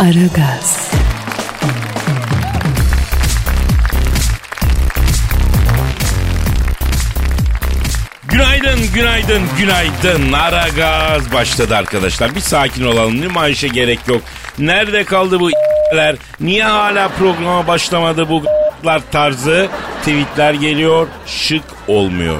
Aragaz, Günaydın, günaydın, günaydın. Ara gaz başladı arkadaşlar. Bir sakin olalım. Nümayişe gerek yok. Nerede kaldı bu ler? Niye hala programa başlamadı bu lar tarzı? Tweetler geliyor. Şık olmuyor.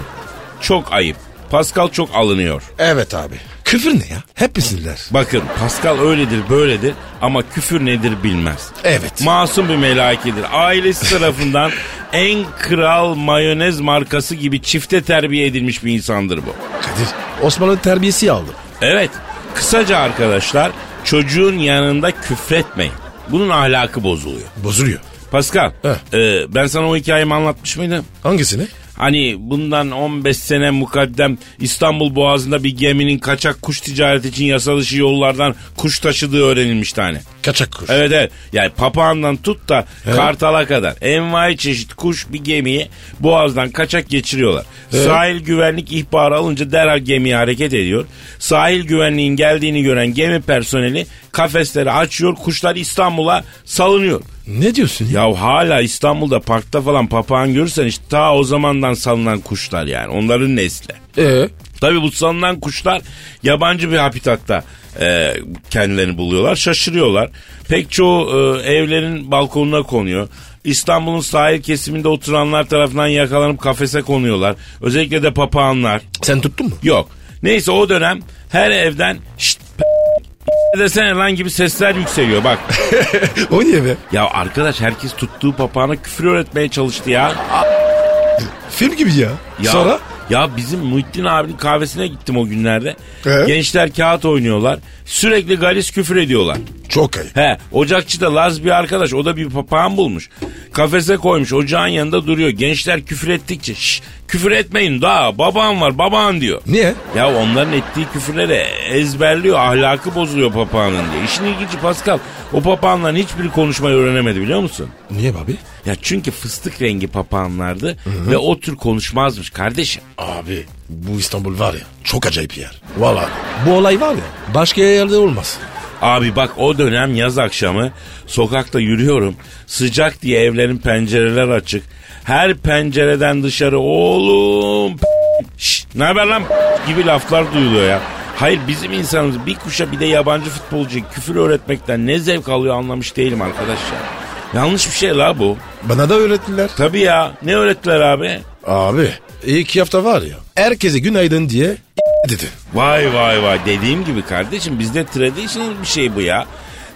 Çok ayıp. Pascal çok alınıyor. Evet abi. Küfür ne ya? Hep isimler. Bakın Pascal öyledir böyledir ama küfür nedir bilmez. Evet. Masum bir melaikedir. Ailesi tarafından en kral mayonez markası gibi çifte terbiye edilmiş bir insandır bu. Kadir. Osmanlı terbiyesi aldım. Evet. Kısaca arkadaşlar çocuğun yanında küfretmeyin. Bunun ahlakı bozuluyor. Bozuluyor. Pascal Heh. e, ben sana o hikayemi anlatmış mıydım? Hangisini? Hani bundan 15 sene mukaddem İstanbul Boğazı'nda bir geminin kaçak kuş ticareti için yasal dışı yollardan kuş taşıdığı öğrenilmişti hani. Kaçak kuş. Evet evet. Yani papağandan tut da kartala kadar. Envai çeşit kuş bir gemiyi boğazdan kaçak geçiriyorlar. Sahil güvenlik ihbarı alınca derhal gemiye hareket ediyor. Sahil güvenliğin geldiğini gören gemi personeli kafesleri açıyor. Kuşlar İstanbul'a salınıyor. Ne diyorsun ya? Ya hala İstanbul'da parkta falan papağan görürsen işte ta o zamandan salınan kuşlar yani. Onların nesli. Ee? Tabii bu salınan kuşlar yabancı bir habitatta e, kendilerini buluyorlar. Şaşırıyorlar. Pek çoğu e, evlerin balkonuna konuyor. İstanbul'un sahil kesiminde oturanlar tarafından yakalanıp kafese konuyorlar. Özellikle de papağanlar. Sen tuttun mu? Yok. Neyse o dönem her evden şşt p- desene lan gibi sesler yükseliyor bak. o niye be? ya arkadaş herkes tuttuğu papağana küfür öğretmeye çalıştı ya. Film gibi ya. Ya, Sonra? Ya bizim Muhittin abinin kahvesine gittim o günlerde. Ee? Gençler kağıt oynuyorlar. Sürekli galis küfür ediyorlar. Çok ayıp. He ocakçı da Laz bir arkadaş o da bir papağan bulmuş. Kafese koymuş ocağın yanında duruyor. Gençler küfür ettikçe şş küfür etmeyin daha babam var babağın diyor. Niye? Ya onların ettiği küfürleri ezberliyor ahlakı bozuluyor papağanın diye. İşin ilginci Pascal o papağanların hiçbiri konuşmayı öğrenemedi biliyor musun? Niye abi? Ya çünkü fıstık rengi papağanlardı ve o tür konuşmazmış kardeşim. Abi bu İstanbul var ya çok acayip yer. Valla. Bu olay var ya başka yerde olmaz. Abi bak o dönem yaz akşamı sokakta yürüyorum. Sıcak diye evlerin pencereler açık. Her pencereden dışarı oğlum ne haber lan p- gibi laflar duyuluyor ya. Hayır bizim insanımız bir kuşa bir de yabancı futbolcuya küfür öğretmekten ne zevk alıyor anlamış değilim arkadaş ya. Yanlış bir şey la bu. Bana da öğrettiler. Tabii ya ne öğrettiler abi? Abi iki hafta var ya herkese günaydın diye dedi. Vay vay vay dediğim gibi kardeşim bizde traditional bir şey bu ya.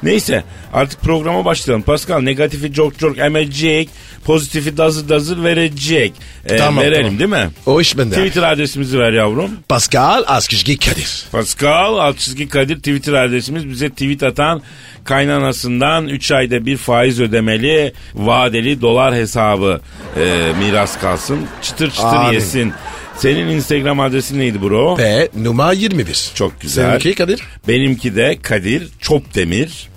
Neyse artık programa başlayalım. Pascal negatifi çok çok emecek, pozitifi dazır dazır verecek. Ee, Tamam, verelim tamam. değil mi? O iş bende. Twitter adresimizi ver yavrum. Pascal Askışgi Kadir. Pascal alt çizgi Kadir Twitter adresimiz bize tweet atan kaynanasından 3 ayda bir faiz ödemeli vadeli dolar hesabı e, miras kalsın. Çıtır çıtır Amin. yesin. Senin Instagram adresin neydi bro? P numara 21. Çok güzel. Seninki Kadir? Benimki de Kadir Çopdemir.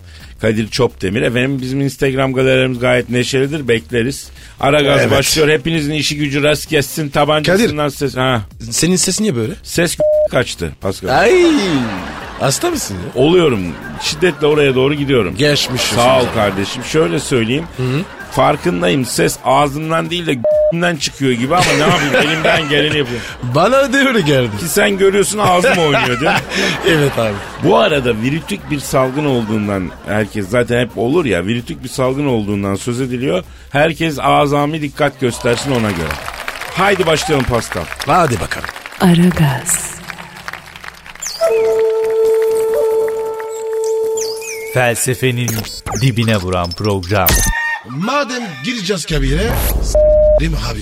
Kadir Çopdemir. Efendim bizim Instagram galerilerimiz gayet neşelidir. Bekleriz. Ara gaz Evet. başlıyor. Hepinizin işi gücü rast kessin. Tabancasından ses. Ha, Senin sesin niye böyle? ses kaçtı Pascal. Ay. Hasta mısın ya? Oluyorum. Şiddetle oraya doğru gidiyorum. Geçmişim. Sağ ol kardeşim. Şöyle söyleyeyim. Farkındayım. Ses ağzımdan değil de g***imden çıkıyor gibi ama ne yapayım elimden geleni yapıyorum. Bana da öyle geldi. Ki sen görüyorsun ağzım oynuyor değil mi? evet abi. Bu arada virütük bir salgın olduğundan herkes zaten hep olur ya virütük bir salgın olduğundan söz ediliyor. Herkes azami dikkat göstersin ona göre. Haydi başlayalım Pascal. Hadi bakalım. Aragaz, Felsefenin dibine vuran program. Madem gireceğiz kabire s**rim abi.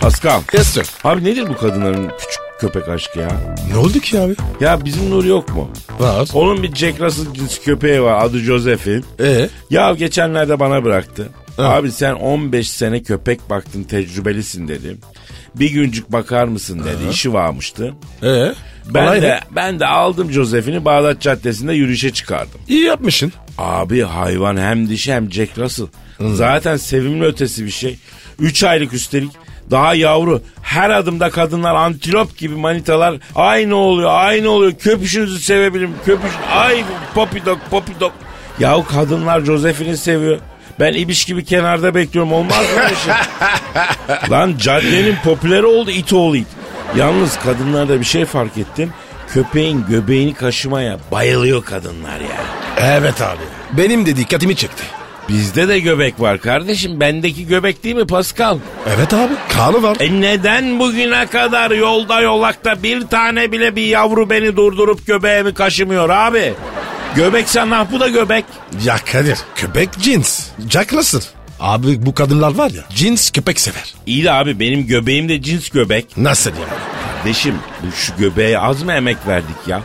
Pascal. Yes sir. Abi nedir bu kadınların küçük köpek aşkı ya? Ne oldu ki abi? Ya bizim Nur yok mu? Var. Onun bir Jack Russell cinsi köpeği var adı Joseph'in. E Ya geçenlerde bana bıraktı. Abi sen 15 sene köpek baktın tecrübelisin dedim. Bir güncük bakar mısın dedi. İşi varmıştı. e. Ben Olay de ne? ben de aldım Joseph'ini Bağdat Caddesi'nde yürüyüşe çıkardım. iyi yapmışsın. Abi hayvan hem dişi hem Jack Russell. Zaten sevimli ötesi bir şey. 3 aylık üstelik. Daha yavru. Her adımda kadınlar antilop gibi manitalar. Aynı oluyor, aynı oluyor. Köpüşünüzü sevebilirim. Köpüş, ay papi dog, papi dog. Yahu kadınlar Joseph'ini seviyor. Ben ibiş gibi kenarda bekliyorum. Olmaz mı öyle şey? Lan caddenin popüleri oldu it oğlu it. Yalnız kadınlarda bir şey fark ettim. Köpeğin göbeğini kaşımaya bayılıyor kadınlar ya. Evet abi. Benim de dikkatimi çekti. Bizde de göbek var kardeşim. Bendeki göbek değil mi Pascal? Evet abi. Kanı var. E neden bugüne kadar yolda yolakta bir tane bile bir yavru beni durdurup göbeğimi kaşımıyor abi? Göbek sanah bu da göbek. Ya Kadir. Köpek cins. Jack Russell. Abi bu kadınlar var ya cins köpek sever. İyi de abi benim göbeğim de cins göbek. Nasıl yani? Kardeşim bu şu göbeğe az mı emek verdik ya?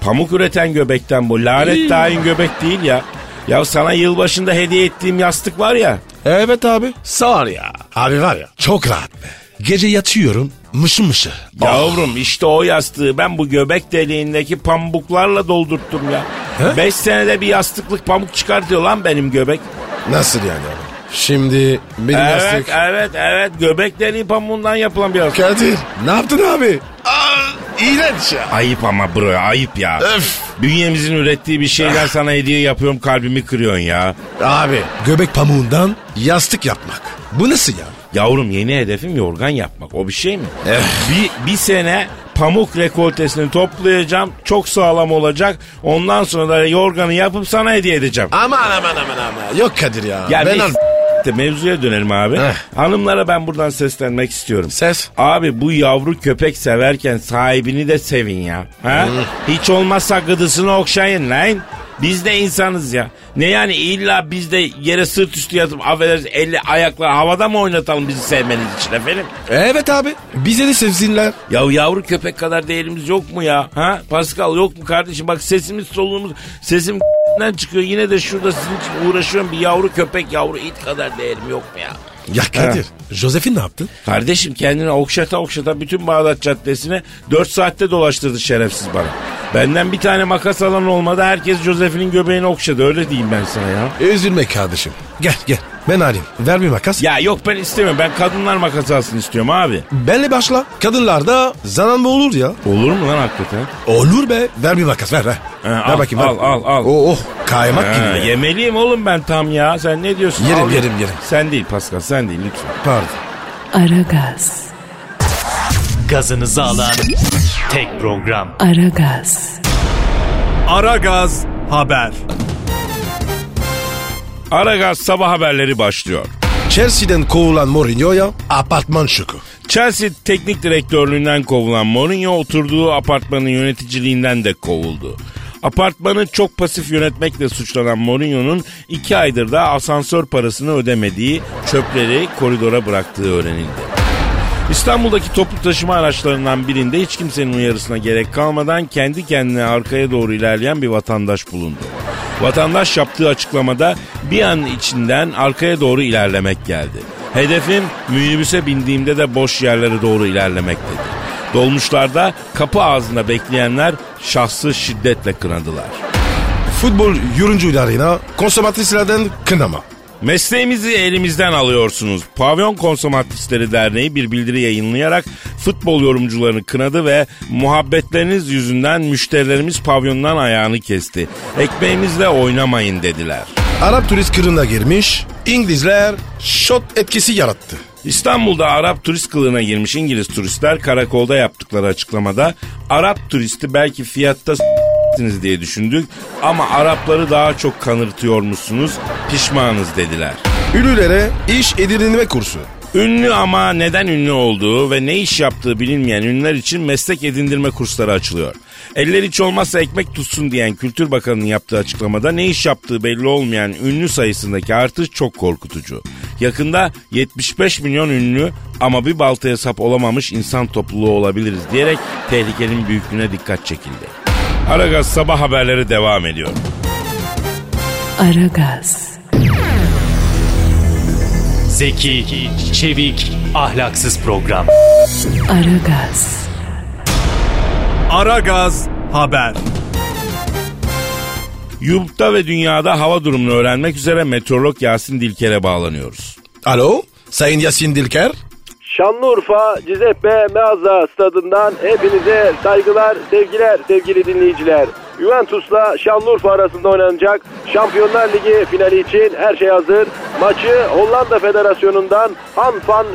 Pamuk üreten göbekten bu. Lanet dain göbek değil ya. Ya sana yılbaşında hediye ettiğim yastık var ya. Evet abi. Sağ ya. Abi var ya. Çok rahat be. Gece yatıyorum Oh. mışı mışı. Yavrum işte o yastığı ben bu göbek deliğindeki pamuklarla doldurttum ya. He? Beş senede bir yastıklık pamuk çıkartıyor lan benim göbek. Nasıl yani abi? Şimdi benim evet yastık- evet evet göbek deliği pamuğundan yapılan bir yastık. Kadir ne yaptın abi? Aa, iğrenç ya. Ayıp ama bro ayıp ya. Öf. Bünyemizin ürettiği bir şeyler sana hediye yapıyorum kalbimi kırıyorsun ya. Abi göbek pamuğundan yastık yapmak. Bu nasıl ya? Yavrum yeni hedefim yorgan yapmak. O bir şey mi? Eh. bir, bir sene pamuk rekoltesini toplayacağım. Çok sağlam olacak. Ondan sonra da yorganı yapıp sana hediye edeceğim. Aman aman aman aman. Yok Kadir ya. ben Ya neyse, al. de mevzuya dönelim abi. Heh. Hanımlara ben buradan seslenmek istiyorum. Ses. Abi bu yavru köpek severken sahibini de sevin ya. Ha? Hmm. Hiç olmazsa gıdısını okşayın lan. Biz de insanız ya. Ne yani illa biz de yere sırt üstü yatıp affedersiniz eli ayakları havada mı oynatalım bizi sevmeniz için efendim? Evet abi. Bize de sevsinler. Ya yavru köpek kadar değerimiz yok mu ya? Ha? Pascal yok mu kardeşim? Bak sesimiz soluğumuz sesim çıkıyor. Yine de şurada sizin için uğraşıyorum. Bir yavru köpek yavru it kadar değerim yok mu ya? Ya Kadir. Joseph'in ne yaptı? Kardeşim kendini okşata okşata bütün Bağdat Caddesi'ne 4 saatte dolaştırdı şerefsiz bana. Benden bir tane makas alan olmadı. Herkes Josephine'in göbeğini okşadı. Öyle diyeyim ben sana ya. Üzülme kardeşim. Gel gel. Ben arayayım. Ver bir makas. Ya yok ben istemiyorum. Ben kadınlar makas alsın istiyorum abi. Benle başla. Kadınlarda zanan mı olur ya? Olur mu lan hakikaten? Olur be. Ver bir makas ver ver. Ee, ver al, al, al, al. Oh, oh, kaymak gibi. Ha, be. yemeliyim oğlum ben tam ya. Sen ne diyorsun? Yerim, Al. yerim, yerim. Sen değil Pascal sen değil lütfen. Pardon. Aragaz, Gazınızı alan tek program. Aragaz, Ara Gaz Haber. Aragaz sabah haberleri başlıyor. Chelsea'den kovulan Mourinho'ya apartman şoku. Chelsea teknik direktörlüğünden kovulan Mourinho oturduğu apartmanın yöneticiliğinden de kovuldu. Apartmanı çok pasif yönetmekle suçlanan Mourinho'nun iki aydır da asansör parasını ödemediği çöpleri koridora bıraktığı öğrenildi. İstanbul'daki toplu taşıma araçlarından birinde hiç kimsenin uyarısına gerek kalmadan kendi kendine arkaya doğru ilerleyen bir vatandaş bulundu. Vatandaş yaptığı açıklamada bir an içinden arkaya doğru ilerlemek geldi. Hedefim minibüse bindiğimde de boş yerlere doğru ilerlemek dedi. Dolmuşlarda kapı ağzında bekleyenler şahsı şiddetle kınadılar. Futbol yorumcularına konsomatrislerden kınama. Mesleğimizi elimizden alıyorsunuz. Pavyon Konsomatrisleri Derneği bir bildiri yayınlayarak futbol yorumcularını kınadı ve muhabbetleriniz yüzünden müşterilerimiz pavyondan ayağını kesti. Ekmeğimizle oynamayın dediler. Arap turist kırına girmiş, İngilizler şot etkisi yarattı. İstanbul'da Arap turist kılığına girmiş İngiliz turistler karakolda yaptıkları açıklamada Arap turisti belki fiyatta s**tiniz diye düşündük ama Arapları daha çok kanırtıyormuşsunuz pişmanız dediler. Ünlülere iş edinilme kursu. Ünlü ama neden ünlü olduğu ve ne iş yaptığı bilinmeyen ünlüler için meslek edindirme kursları açılıyor. Eller hiç olmazsa ekmek tutsun diyen Kültür Bakanı'nın yaptığı açıklamada ne iş yaptığı belli olmayan ünlü sayısındaki artış çok korkutucu. Yakında 75 milyon ünlü ama bir baltaya sap olamamış insan topluluğu olabiliriz diyerek tehlikenin büyüklüğüne dikkat çekildi. Aragaz sabah haberleri devam ediyor. Aragaz, Zeki, çevik, ahlaksız program. Aragaz, Aragaz haber. Yurtta ve dünyada hava durumunu öğrenmek üzere meteorolog Yasin Dilker'e bağlanıyoruz. Alo Sayın Yasin Dilker. Şanlıurfa Cizeppe Meazza stadından hepinize saygılar, sevgiler sevgili dinleyiciler. Juventus'la Şanlıurfa arasında oynanacak Şampiyonlar Ligi finali için her şey hazır. Maçı Hollanda Federasyonu'ndan Han van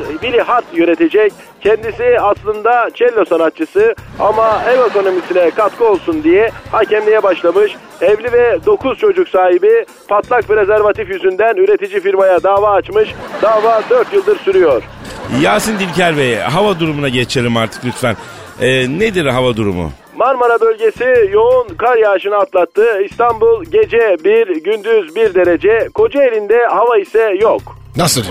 Hart yönetecek. Kendisi aslında cello sanatçısı ama ev ekonomisine katkı olsun diye hakemliğe başlamış. Evli ve 9 çocuk sahibi patlak prezervatif yüzünden üretici firmaya dava açmış. Dava 4 yıldır sürüyor. Yasin Dilker Bey hava durumuna geçelim artık lütfen. Ee, nedir hava durumu? Marmara bölgesi yoğun kar yağışını atlattı. İstanbul gece 1, gündüz 1 derece. Kocaeli'nde hava ise yok. Nasıl? ya?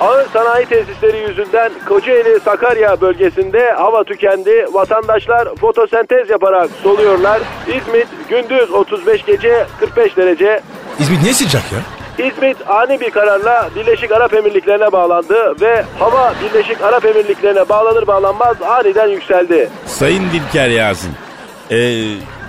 Ağır sanayi tesisleri yüzünden Kocaeli Sakarya bölgesinde hava tükendi. Vatandaşlar fotosentez yaparak soluyorlar. İzmit gündüz 35 gece 45 derece. İzmir ne sıcak ya? İzmit ani bir kararla Birleşik Arap Emirlikleri'ne bağlandı ve hava Birleşik Arap Emirlikleri'ne bağlanır bağlanmaz aniden yükseldi. Sayın Dilker Yasin. ee,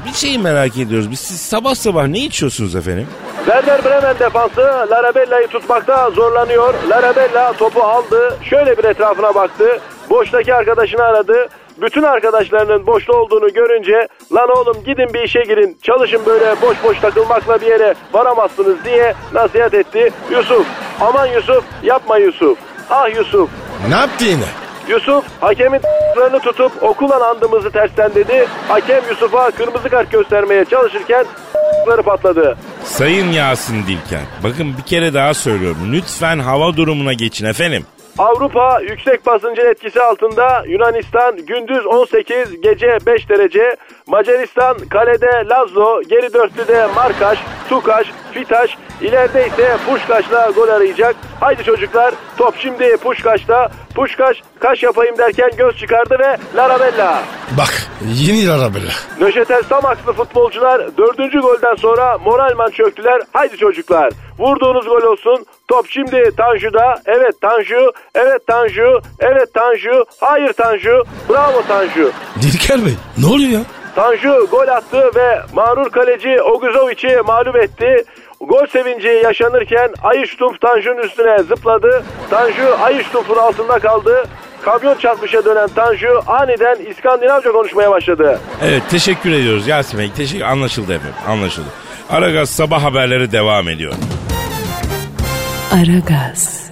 bir şeyi merak ediyoruz. Biz siz sabah sabah ne içiyorsunuz efendim? Werder Bremen defansı Larabella'yı tutmakta zorlanıyor. Larabella topu aldı. Şöyle bir etrafına baktı. Boştaki arkadaşını aradı. Bütün arkadaşlarının boşta olduğunu görünce lan oğlum gidin bir işe girin çalışın böyle boş boş takılmakla bir yere varamazsınız diye nasihat etti Yusuf. Aman Yusuf yapma Yusuf. Ah Yusuf Ne yaptı yine? Yusuf hakemin t***larını tutup okulan andımızı tersten dedi. Hakem Yusuf'a kırmızı kart göstermeye çalışırken t***ları patladı. Sayın Yasin Dilker. Bakın bir kere daha söylüyorum. Lütfen hava durumuna geçin efendim. Avrupa yüksek basıncın etkisi altında Yunanistan gündüz 18 gece 5 derece. Macaristan kalede Lazlo, geri dörtlüde Markaş, Tukaş, Fitaş, ileride ise Puşkaş'la gol arayacak. Haydi çocuklar top şimdi Puşkaş'ta. Puşkaş kaş yapayım derken göz çıkardı ve Larabella. Bak yeni Arabella. Nöşetel Samakslı futbolcular dördüncü golden sonra moralman çöktüler. Haydi çocuklar vurduğunuz gol olsun. Top şimdi Tanju'da. Evet Tanju, evet Tanju, evet Tanju, hayır Tanju, bravo Tanju. Dilker Bey ne oluyor ya? Tanju gol attı ve mağrur kaleci Oguzovic'i mağlup etti. Gol sevinci yaşanırken Ayıştump Tanju'nun üstüne zıpladı. Tanju Ayıştump'un altında kaldı. Kamyon çarpmışa dönen Tanju aniden İskandinavca konuşmaya başladı. Evet teşekkür ediyoruz Yasin Bey. Teşekkür anlaşıldı efendim. Anlaşıldı. Aragaz sabah haberleri devam ediyor. Aragaz,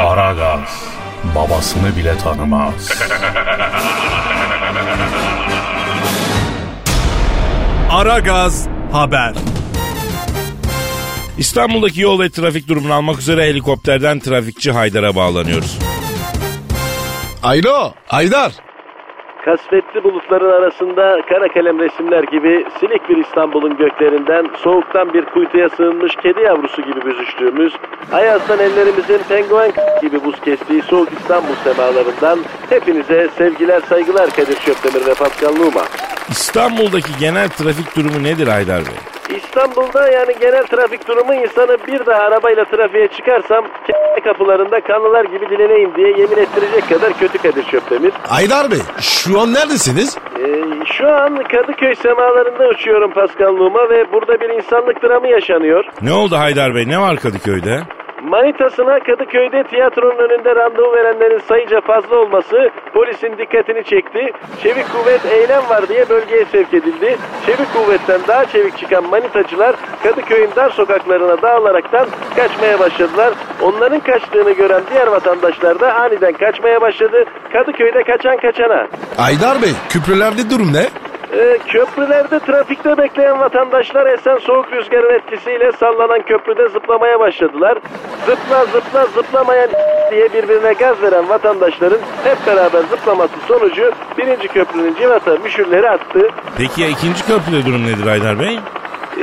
Aragaz babasını bile tanımaz. Aragaz haber. İstanbul'daki yol ve trafik durumunu almak üzere helikopterden trafikçi Haydar'a bağlanıyoruz. Alo Haydar. Kasvetli bulutların arasında kara kalem resimler gibi silik bir İstanbul'un göklerinden soğuktan bir kuytuya sığınmış kedi yavrusu gibi büzüştüğümüz, Ayaz'dan ellerimizin penguen k- gibi buz kestiği soğuk İstanbul semalarından hepinize sevgiler saygılar Kadir Çöptemir ve Pascal Numa. İstanbul'daki genel trafik durumu nedir Haydar Bey? İstanbul'da yani genel trafik durumu insanı bir daha arabayla trafiğe çıkarsam k- kapılarında kanlılar gibi dileneyim diye yemin ettirecek kadar kötü Kadir Çöptemir. Haydar Bey şu an neredesiniz? Ee, şu an Kadıköy semalarında uçuyorum Paskanlığıma ve burada bir insanlık dramı yaşanıyor. Ne oldu Haydar Bey? Ne var Kadıköy'de? Manitasına Kadıköy'de tiyatronun önünde randevu verenlerin sayıca fazla olması polisin dikkatini çekti. Çevik kuvvet eylem var diye bölgeye sevk edildi. Çevik kuvvetten daha çevik çıkan manitacılar Kadıköy'ün dar sokaklarına dağılaraktan kaçmaya başladılar. Onların kaçtığını gören diğer vatandaşlar da aniden kaçmaya başladı. Kadıköy'de kaçan kaçana. Haydar Bey küprelerde durum ne? Ee, köprülerde trafikte bekleyen vatandaşlar esen soğuk rüzgarın etkisiyle sallanan köprüde zıplamaya başladılar. Zıpla zıpla zıplamayan diye birbirine gaz veren vatandaşların hep beraber zıplaması sonucu birinci köprünün civata müşürleri attı. Peki ya ikinci köprüde durum nedir Haydar Bey?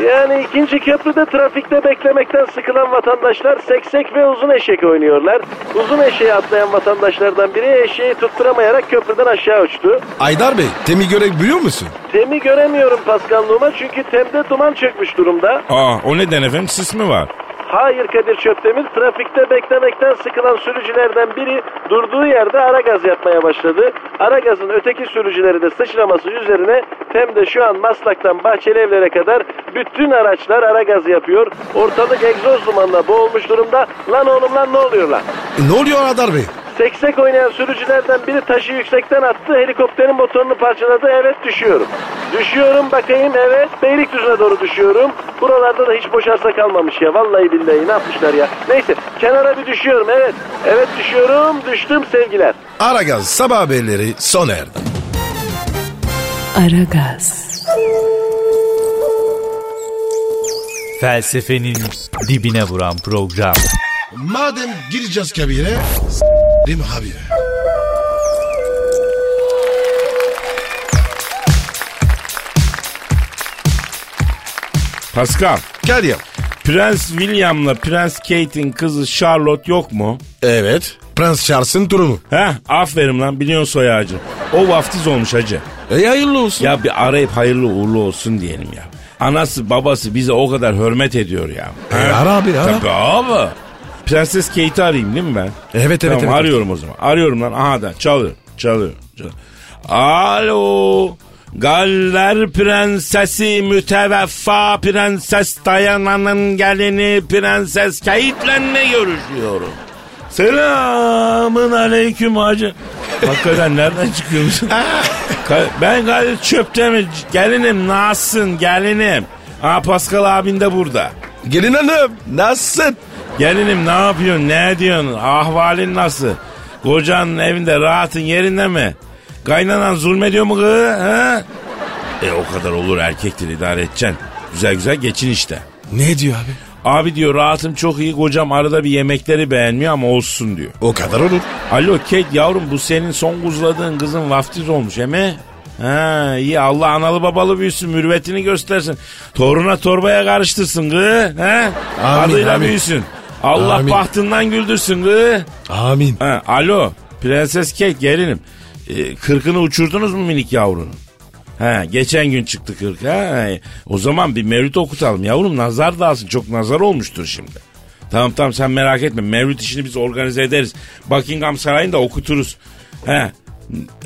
Yani ikinci köprüde trafikte beklemekten sıkılan vatandaşlar seksek ve uzun eşek oynuyorlar. Uzun eşeğe atlayan vatandaşlardan biri eşeği tutturamayarak köprüden aşağı uçtu. Aydar Bey temi görebiliyor musun? Temi göremiyorum paskanlığıma çünkü temde duman çökmüş durumda. Aa o neden efendim sis mi var? Hayır Kadir Çöptemir trafikte beklemekten sıkılan sürücülerden biri durduğu yerde ara gaz yapmaya başladı. Ara gazın öteki sürücüleri de sıçraması üzerine temde şu an Maslak'tan Bahçeli evlere kadar bütün araçlar ara gaz yapıyor. Ortalık egzoz dumanla boğulmuş durumda. Lan oğlum lan ne oluyor lan? E, ne oluyor Aydar Bey? Seksek oynayan sürücülerden biri taşı yüksekten attı. Helikopterin motorunu parçaladı. Evet düşüyorum. Düşüyorum bakayım evet. Beylikdüzü'ne doğru düşüyorum. Buralarda da hiç boşarsa kalmamış ya. Vallahi billahi ne yapmışlar ya. Neyse kenara bir düşüyorum evet. Evet düşüyorum. Düştüm sevgiler. Aragaz sabah haberleri sona erdi. Aragaz, Felsefenin dibine vuran program. Madem gireceğiz kabire, değil mi abi? Pascal, Gel ya. Prens William'la Prens Kate'in kızı Charlotte yok mu? Evet. Prens Charles'ın durumu. Heh, aferin lan biliyorsun soy ağacı. O vaftiz olmuş hacı. E hayırlı olsun. Ya bir arayıp hayırlı uğurlu olsun diyelim ya. Anası babası bize o kadar hürmet ediyor ya. E, ara abi, ara. Tabii abi. Prenses Kate'i arayayım değil mi ben? Evet, evet, Tamam, evet. arıyorum o zaman. Arıyorum lan. Aha da çalıyor. Çalıyor. çalıyor. Alo. Galler prensesi müteveffa prenses Diana'nın gelini prenses Kate'le ne görüşüyorum? Selamın aleyküm hacı. Hakikaten nereden çıkıyormuş? Ka- ben Kadir Çöptemir. Gelinim nasılsın gelinim? Ha Pascal abin de burada. Gelin hanım nasılsın? Gelinim ne yapıyorsun ne diyorsun ahvalin nasıl? Kocanın evinde rahatın yerinde mi? Kaynanan zulmediyor mu kız? Ha? E o kadar olur erkektir idare edeceksin. Güzel güzel geçin işte. Ne diyor abi? Abi diyor rahatım çok iyi kocam arada bir yemekleri beğenmiyor ama olsun diyor. O kadar olur. Alo Kate yavrum bu senin son kuzladığın kızın vaftiz olmuş he mi? Ha iyi Allah analı babalı büyüsün mürvetini göstersin. Toruna torbaya karıştırsın gı. He? Amin, Adıyla amin. büyüsün. Allah Amin. bahtından güldürsün gı. Amin. Ha, alo Prenses Kate gelinim. Ee, kırkını uçurdunuz mu minik yavrunun? Ha, geçen gün çıktı kırk. Ha, o zaman bir mevlüt okutalım yavrum nazar dağılsın çok nazar olmuştur şimdi. Tamam tamam sen merak etme mevlüt işini biz organize ederiz. Buckingham Sarayı'nda okuturuz. Ha.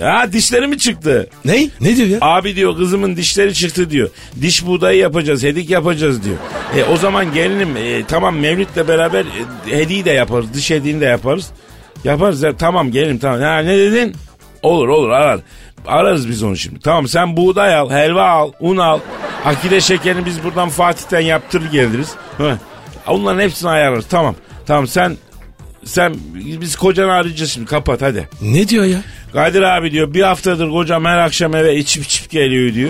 Ha dişleri mi çıktı? Ne? Ne diyor ya? Abi diyor kızımın dişleri çıktı diyor. Diş buğdayı yapacağız, hedik yapacağız diyor. E, o zaman gelinim e, tamam Mevlüt'le beraber e, hediyi de yaparız, diş hediyini de yaparız. Yaparız ya tamam gelinim tamam. Ha, ne dedin? Olur olur arar. Ararız biz onu şimdi. Tamam sen buğday al, helva al, un al. Akide şekerini biz buradan Fatih'ten yaptırır geliriz. Hı. Onların hepsini ayarlarız tamam. Tamam sen sen biz kocanı arayacağız şimdi kapat hadi. Ne diyor ya? Kadir abi diyor bir haftadır kocam her akşam eve içip içip geliyor diyor.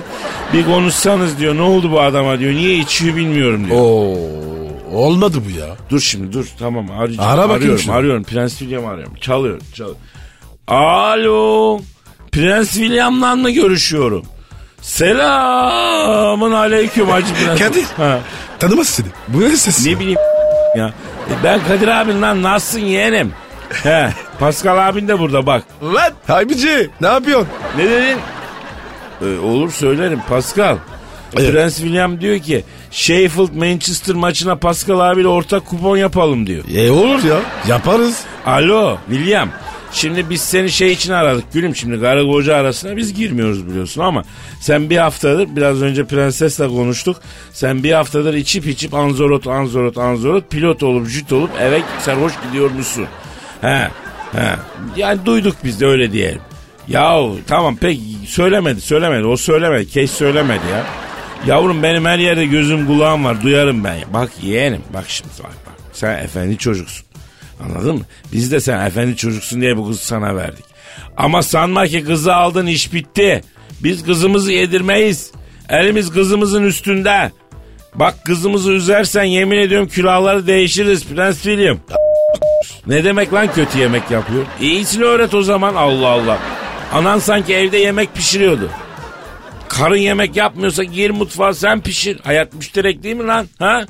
Bir konuşsanız diyor ne oldu bu adama diyor. Niye içiyor bilmiyorum diyor. Oo, olmadı bu ya. Dur şimdi dur tamam arayacağım. Ara bakayım arıyorum, şunu. arıyorum Prens William arıyorum. Çalıyor çalıyor. Alo Prens William'la mı görüşüyorum? Selamın aleyküm hacı prens. Kadir. Ha, Tanımaz seni. Bu ne ses? ne bileyim ya. E, Ben Kadir abinden nasılsın yeğenim? He, Pascal abin de burada bak. Lan Haybici ne yapıyorsun? Ne dedin? Ee, olur söylerim Pascal. Evet. Prens William diyor ki Sheffield Manchester maçına Pascal abiyle ortak kupon yapalım diyor. E olur ya. Yaparız. Alo William. Şimdi biz seni şey için aradık gülüm şimdi karı koca arasına biz girmiyoruz biliyorsun ama sen bir haftadır biraz önce prensesle konuştuk. Sen bir haftadır içip içip anzorot anzorot anzorot pilot olup jüt olup eve sarhoş gidiyormuşsun. He he yani duyduk biz de öyle diyelim. Yahu tamam pek söylemedi söylemedi o söylemedi keş söylemedi ya. Yavrum benim her yerde gözüm kulağım var duyarım ben. ya. Bak yeğenim bak şimdi bak bak sen efendi çocuksun. Anladın mı? Biz de sen efendi çocuksun diye bu kızı sana verdik. Ama sanma ki kızı aldın iş bitti. Biz kızımızı yedirmeyiz. Elimiz kızımızın üstünde. Bak kızımızı üzersen yemin ediyorum külahları değişiriz Prens William. Ne demek lan kötü yemek yapıyor? İyisini öğret o zaman Allah Allah. Anan sanki evde yemek pişiriyordu. Karın yemek yapmıyorsa gir mutfağa sen pişir. Hayat müşterek değil mi lan? Ha?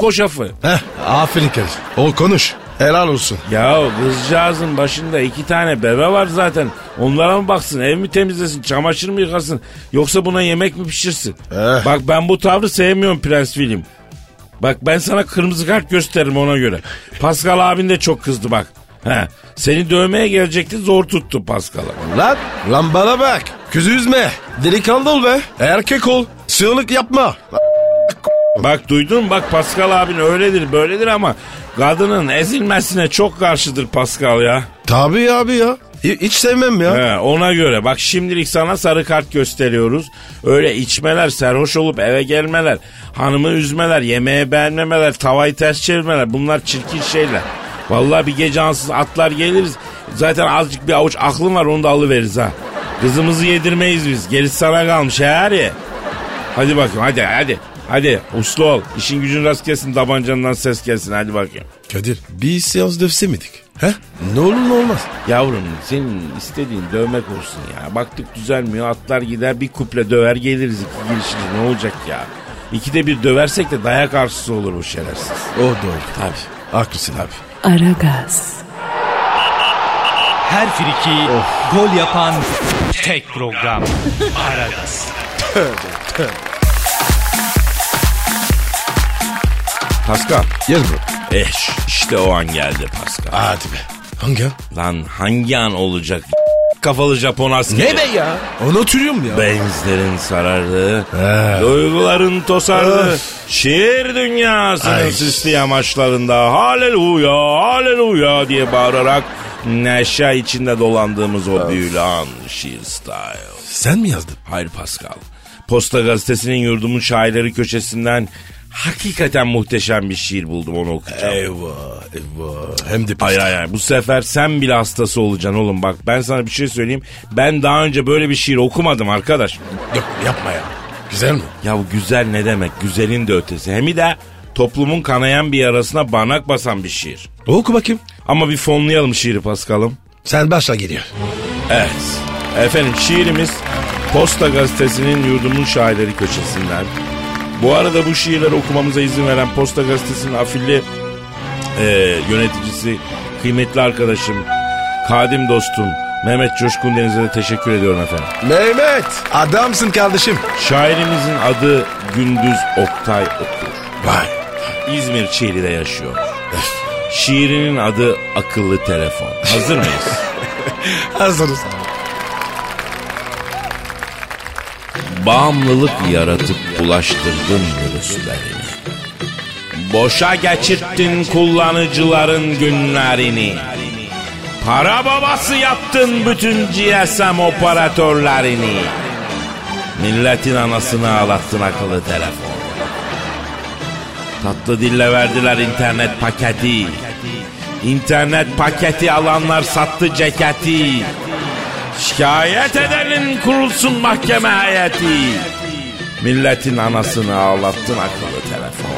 Koşafı. Heh, aferin kardeşim. O konuş. Helal olsun. Ya kızcağızın başında iki tane bebe var zaten. Onlara mı baksın, ev mi temizlesin, çamaşır mı yıkasın? Yoksa buna yemek mi pişirsin? Eh. Bak ben bu tavrı sevmiyorum Prens William. Bak ben sana kırmızı kart gösteririm ona göre. Pascal abin de çok kızdı bak. He, seni dövmeye gelecekti zor tuttu Pascal'ı. Lan, lan bana bak. Kızı üzme. Delikanlı ol be. Erkek ol. Sığlık yapma. Bak duydun mu? bak Pascal abin öyledir böyledir ama kadının ezilmesine çok karşıdır Pascal ya. Tabii abi ya. Hi- Hiç sevmem ya. He, ona göre bak şimdilik sana sarı kart gösteriyoruz. Öyle içmeler, serhoş olup eve gelmeler, hanımı üzmeler, yemeğe beğenmemeler, tavayı ters çevirmeler bunlar çirkin şeyler. Vallahi bir gece ansız atlar geliriz. Zaten azıcık bir avuç aklın var onu da alıveririz ha. Kızımızı yedirmeyiz biz. Gerisi sana kalmış heri. Hadi bakayım hadi hadi. Hadi uslu ol. İşin gücün rast gelsin tabancandan ses gelsin hadi bakayım. Kadir bir seans dövse miydik? He? Ne olur ne olmaz. Yavrum senin istediğin dövmek olsun ya. Baktık düzelmiyor atlar gider bir kuple döver geliriz iki girişimiz ne olacak ya. İkide bir döversek de dayak arsızı olur bu şerefsiz. O Oh, doğru. Tabii. Haklısın abi. Aragaz, Her friki gol yapan tek program. Aragaz. Pascal. Yaz bu. Eh işte o an geldi Pascal. Ah, Hadi be. Hangi? Lan hangi an olacak? Kafalı Japon askeri. ya? Onu oturuyorum ya. Benizlerin sarardığı, He. duyguların tosardığı, Öf. şiir dünyasının Ay. sisli yamaçlarında haleluya, haleluya diye bağırarak neşe içinde dolandığımız o büyülü an şiir style. Sen mi yazdın? Hayır Pascal. Posta gazetesinin yurdumun şairleri köşesinden hakikaten muhteşem bir şiir buldum onu okuyacağım. Eyvah eyvah. Hem de Hayır hayır hayır. bu sefer sen bile hastası olacaksın oğlum bak ben sana bir şey söyleyeyim. Ben daha önce böyle bir şiir okumadım arkadaş. Yok yapma ya. Güzel mi? Ya bu güzel ne demek? Güzelin de ötesi. Hem de toplumun kanayan bir yarasına barnak basan bir şiir. Oku bakayım. Ama bir fonlayalım şiiri Paskal'ım. Sen başla geliyor. Evet. Efendim şiirimiz Posta Gazetesi'nin yurdumun şairleri köşesinden. Bu arada bu şiirleri okumamıza izin veren Posta Gazetesi'nin afilli e, yöneticisi, kıymetli arkadaşım, kadim dostum Mehmet Coşkun Deniz'e de teşekkür ediyorum efendim. Mehmet adamsın kardeşim. Şairimizin adı Gündüz Oktay Okur. Vay. İzmir Çiğli'de yaşıyor. Şiirinin adı Akıllı Telefon. Hazır mıyız? Hazırız. Bağımlılık yaratıp bulaştırdın virüslerini. Boşa geçirttin kullanıcıların günlerini. Para babası yaptın bütün GSM operatörlerini. Milletin anasını ağlattın akıllı telefon. Tatlı dille verdiler internet paketi. İnternet paketi alanlar sattı ceketi. Şikayet edenin kurulsun mahkeme heyeti. Milletin anasını ağlattın akıllı telefon.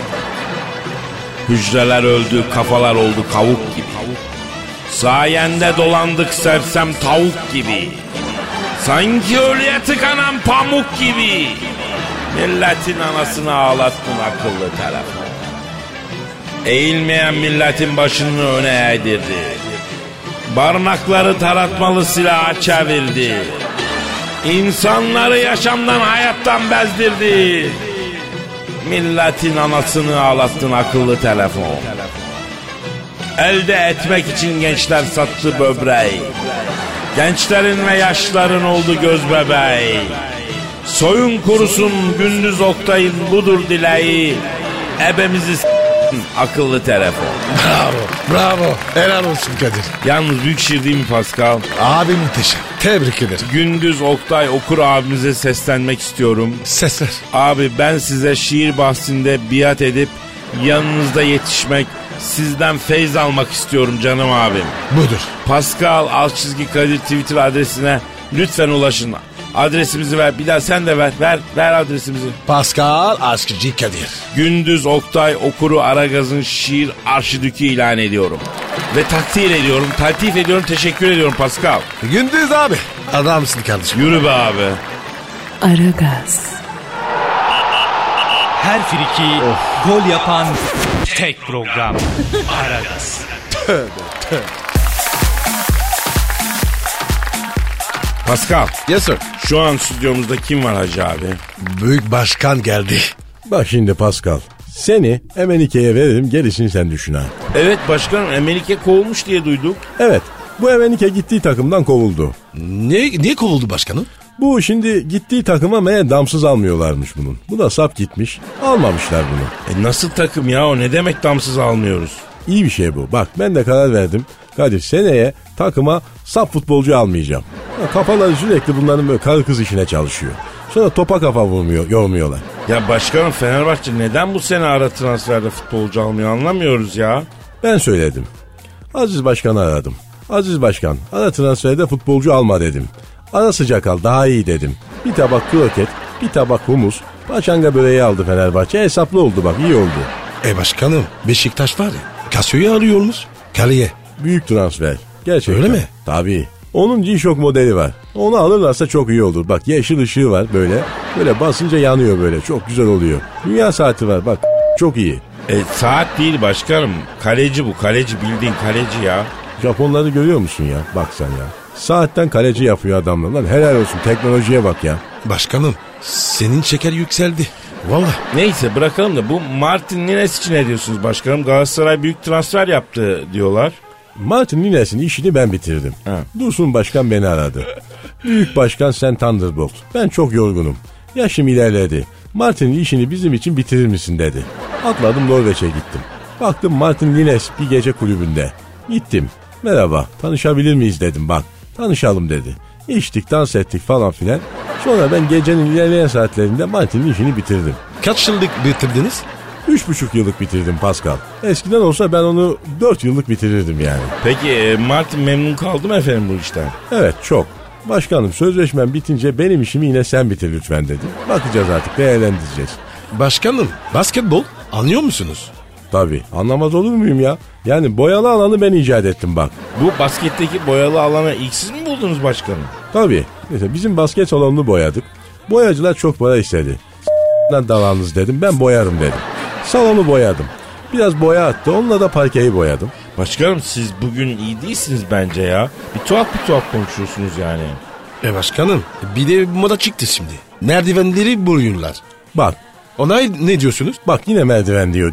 Hücreler öldü, kafalar oldu kavuk gibi. Sayende dolandık sersem tavuk gibi. Sanki ölüye tıkanan pamuk gibi. Milletin anasını ağlattın akıllı telefon. Eğilmeyen milletin başını öne eğdirdi. Barnakları taratmalı silaha çevirdi. İnsanları yaşamdan hayattan bezdirdi. Milletin anasını ağlattın akıllı telefon. Elde etmek için gençler sattı böbreği. Gençlerin ve yaşların oldu göz bebeği. Soyun kurusun gündüz oktayın budur dileği. Ebemizi s- akıllı telefon. Bravo. Bravo. Helal olsun Kadir. Yalnız büyük şiir değil mi Pascal? Abi muhteşem. Tebrik ederim. Gündüz Oktay Okur abimize seslenmek istiyorum. Ses ver. Abi ben size şiir bahsinde biat edip yanınızda yetişmek, sizden feyz almak istiyorum canım abim. Budur. Pascal alt çizgi Kadir Twitter adresine lütfen ulaşın. Adresimizi ver. Bir daha sen de ver. Ver, ver adresimizi. Pascal Askıcı Kadir. Gündüz Oktay Okuru Aragaz'ın şiir arşidükü ilan ediyorum. Ve takdir ediyorum, taltif ediyorum, teşekkür ediyorum Pascal. Gündüz abi. Adamsın kardeşim. Yürü be abi. Aragaz, Her friki gol yapan tek program. Aragaz. Pascal, Yes sir. şu an stüdyomuzda kim var hacı abi? Büyük başkan geldi. Bak şimdi Pascal. Seni Emenike'ye verelim gerisini sen düşün ha. Evet başkanım Emelike kovulmuş diye duyduk. Evet bu Emenike gittiği takımdan kovuldu. Niye, niye kovuldu başkanım? Bu şimdi gittiği takıma meğer damsız almıyorlarmış bunun. Bu da sap gitmiş. Almamışlar bunu. E nasıl takım ya o ne demek damsız almıyoruz? İyi bir şey bu. Bak ben de karar verdim. Kadir seneye takıma sap futbolcu almayacağım. Ya Kafaları sürekli bunların böyle karı kız işine çalışıyor. Sonra topa kafa vurmuyor, yormuyorlar. Ya başkanım Fenerbahçe neden bu sene ara transferde futbolcu almıyor anlamıyoruz ya. Ben söyledim. Aziz Başkan'ı aradım. Aziz Başkan ara transferde futbolcu alma dedim. Ara sıcak al daha iyi dedim. Bir tabak kroket, bir tabak humus, paçanga böreği aldı Fenerbahçe. Hesaplı oldu bak iyi oldu. E başkanım Beşiktaş var ya. Kasio'yu arıyormuş. Kaleye. Büyük transfer. Gerçekten. Öyle mi? Tabii. Onun G-Shock modeli var. Onu alırlarsa çok iyi olur. Bak yeşil ışığı var böyle. Böyle basınca yanıyor böyle. Çok güzel oluyor. Dünya saati var bak. Çok iyi. E saat değil başkanım. Kaleci bu kaleci bildiğin kaleci ya. Japonları görüyor musun ya? Bak sen ya. Saatten kaleci yapıyor adamlar lan. Helal olsun teknolojiye bak ya. Başkanım senin şeker yükseldi. Valla. Neyse bırakalım da bu Martin Nines için ne diyorsunuz başkanım? Galatasaray büyük transfer yaptı diyorlar. Martin Nines'in işini ben bitirdim. Ha. Dursun Başkan beni aradı. Büyük Başkan sen Thunderbolt. Ben çok yorgunum. Yaşım ilerledi. Martin'in işini bizim için bitirir misin dedi. Atladım Norveç'e gittim. Baktım Martin Lines bir gece kulübünde. Gittim. Merhaba tanışabilir miyiz dedim bak. Tanışalım dedi. İçtik dans ettik falan filan. Sonra ben gecenin ilerleyen saatlerinde Martin'in işini bitirdim. Kaç yıllık bitirdiniz? Üç buçuk yıllık bitirdim Pascal. Eskiden olsa ben onu dört yıllık bitirirdim yani. Peki e, Martin memnun kaldı mı efendim bu işten? Evet çok. Başkanım sözleşmem bitince benim işimi yine sen bitir lütfen dedi. Bakacağız artık değerlendireceğiz. Başkanım basketbol anlıyor musunuz? Tabii anlamaz olur muyum ya? Yani boyalı alanı ben icat ettim bak. Bu basketteki boyalı alana ilk siz mi buldunuz başkanım? Tabii. Mesela bizim basket salonunu boyadık. Boyacılar çok para istedi. Lan dalanız dedim ben boyarım dedim. Salonu boyadım. Biraz boya attı onunla da parkeyi boyadım. Başkanım siz bugün iyi değilsiniz bence ya. Bir tuhaf bir tuhaf konuşuyorsunuz yani. E başkanım bir de moda çıktı şimdi. Merdivenleri boruyorlar. Bak Ona ne diyorsunuz? bak yine merdiven diyor.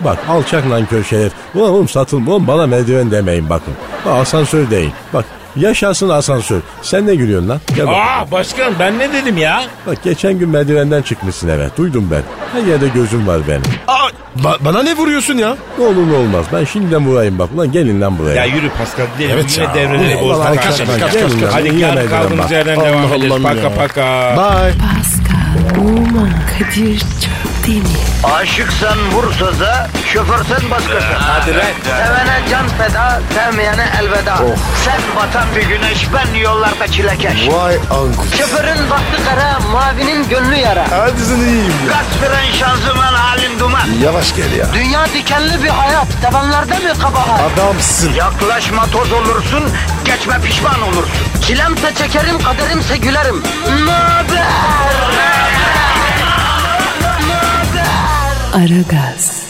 Bak alçak nankör şeref. Ulan oğlum satılma oğlum bana merdiven demeyin bakın. Bak, asansör değil. Bak yaşasın asansör. Sen ne gülüyorsun lan? Gel bak. Aa başkanım ben ne dedim ya? Bak geçen gün merdivenden çıkmışsın eve. Duydum ben. Her yerde gözüm var benim. Aa, ba- bana ne vuruyorsun ya? Ne olur ne olmaz. Ben şimdiden vurayım bak. Ulan gelin lan buraya. Ya yürü Pascal gidelim Evet yine ya. devreleri Allah bozma. Allah, Kaç, kaç, kaç, kaç, kaç, kaç, kaç. Hadi Yine yarın meydan kaldığımız bak. yerden devam Allah ederiz. Allah Paka ya. paka. Bye. Pascal, Oman, Kadir çok değil mi? Aşıksan vursa da, şoförsen başkasın. Hadi lan. Sevene can feda, sevmeyene elveda. Oh. Sen batan bir güneş, ben yollarda çilekeş. Vay anku. Şoförün baktı kara, mavinin gönlü yara. Hadi sen iyiyim ya. Kasperen şanzıman halin duman. Yavaş gel ya. Dünya dikenli bir hayat, sevenlerde mi kabahar? Adamsın. Yaklaşma toz olursun, geçme pişman olursun. Çilemse çekerim, kaderimse gülerim. Möber! Aragaz.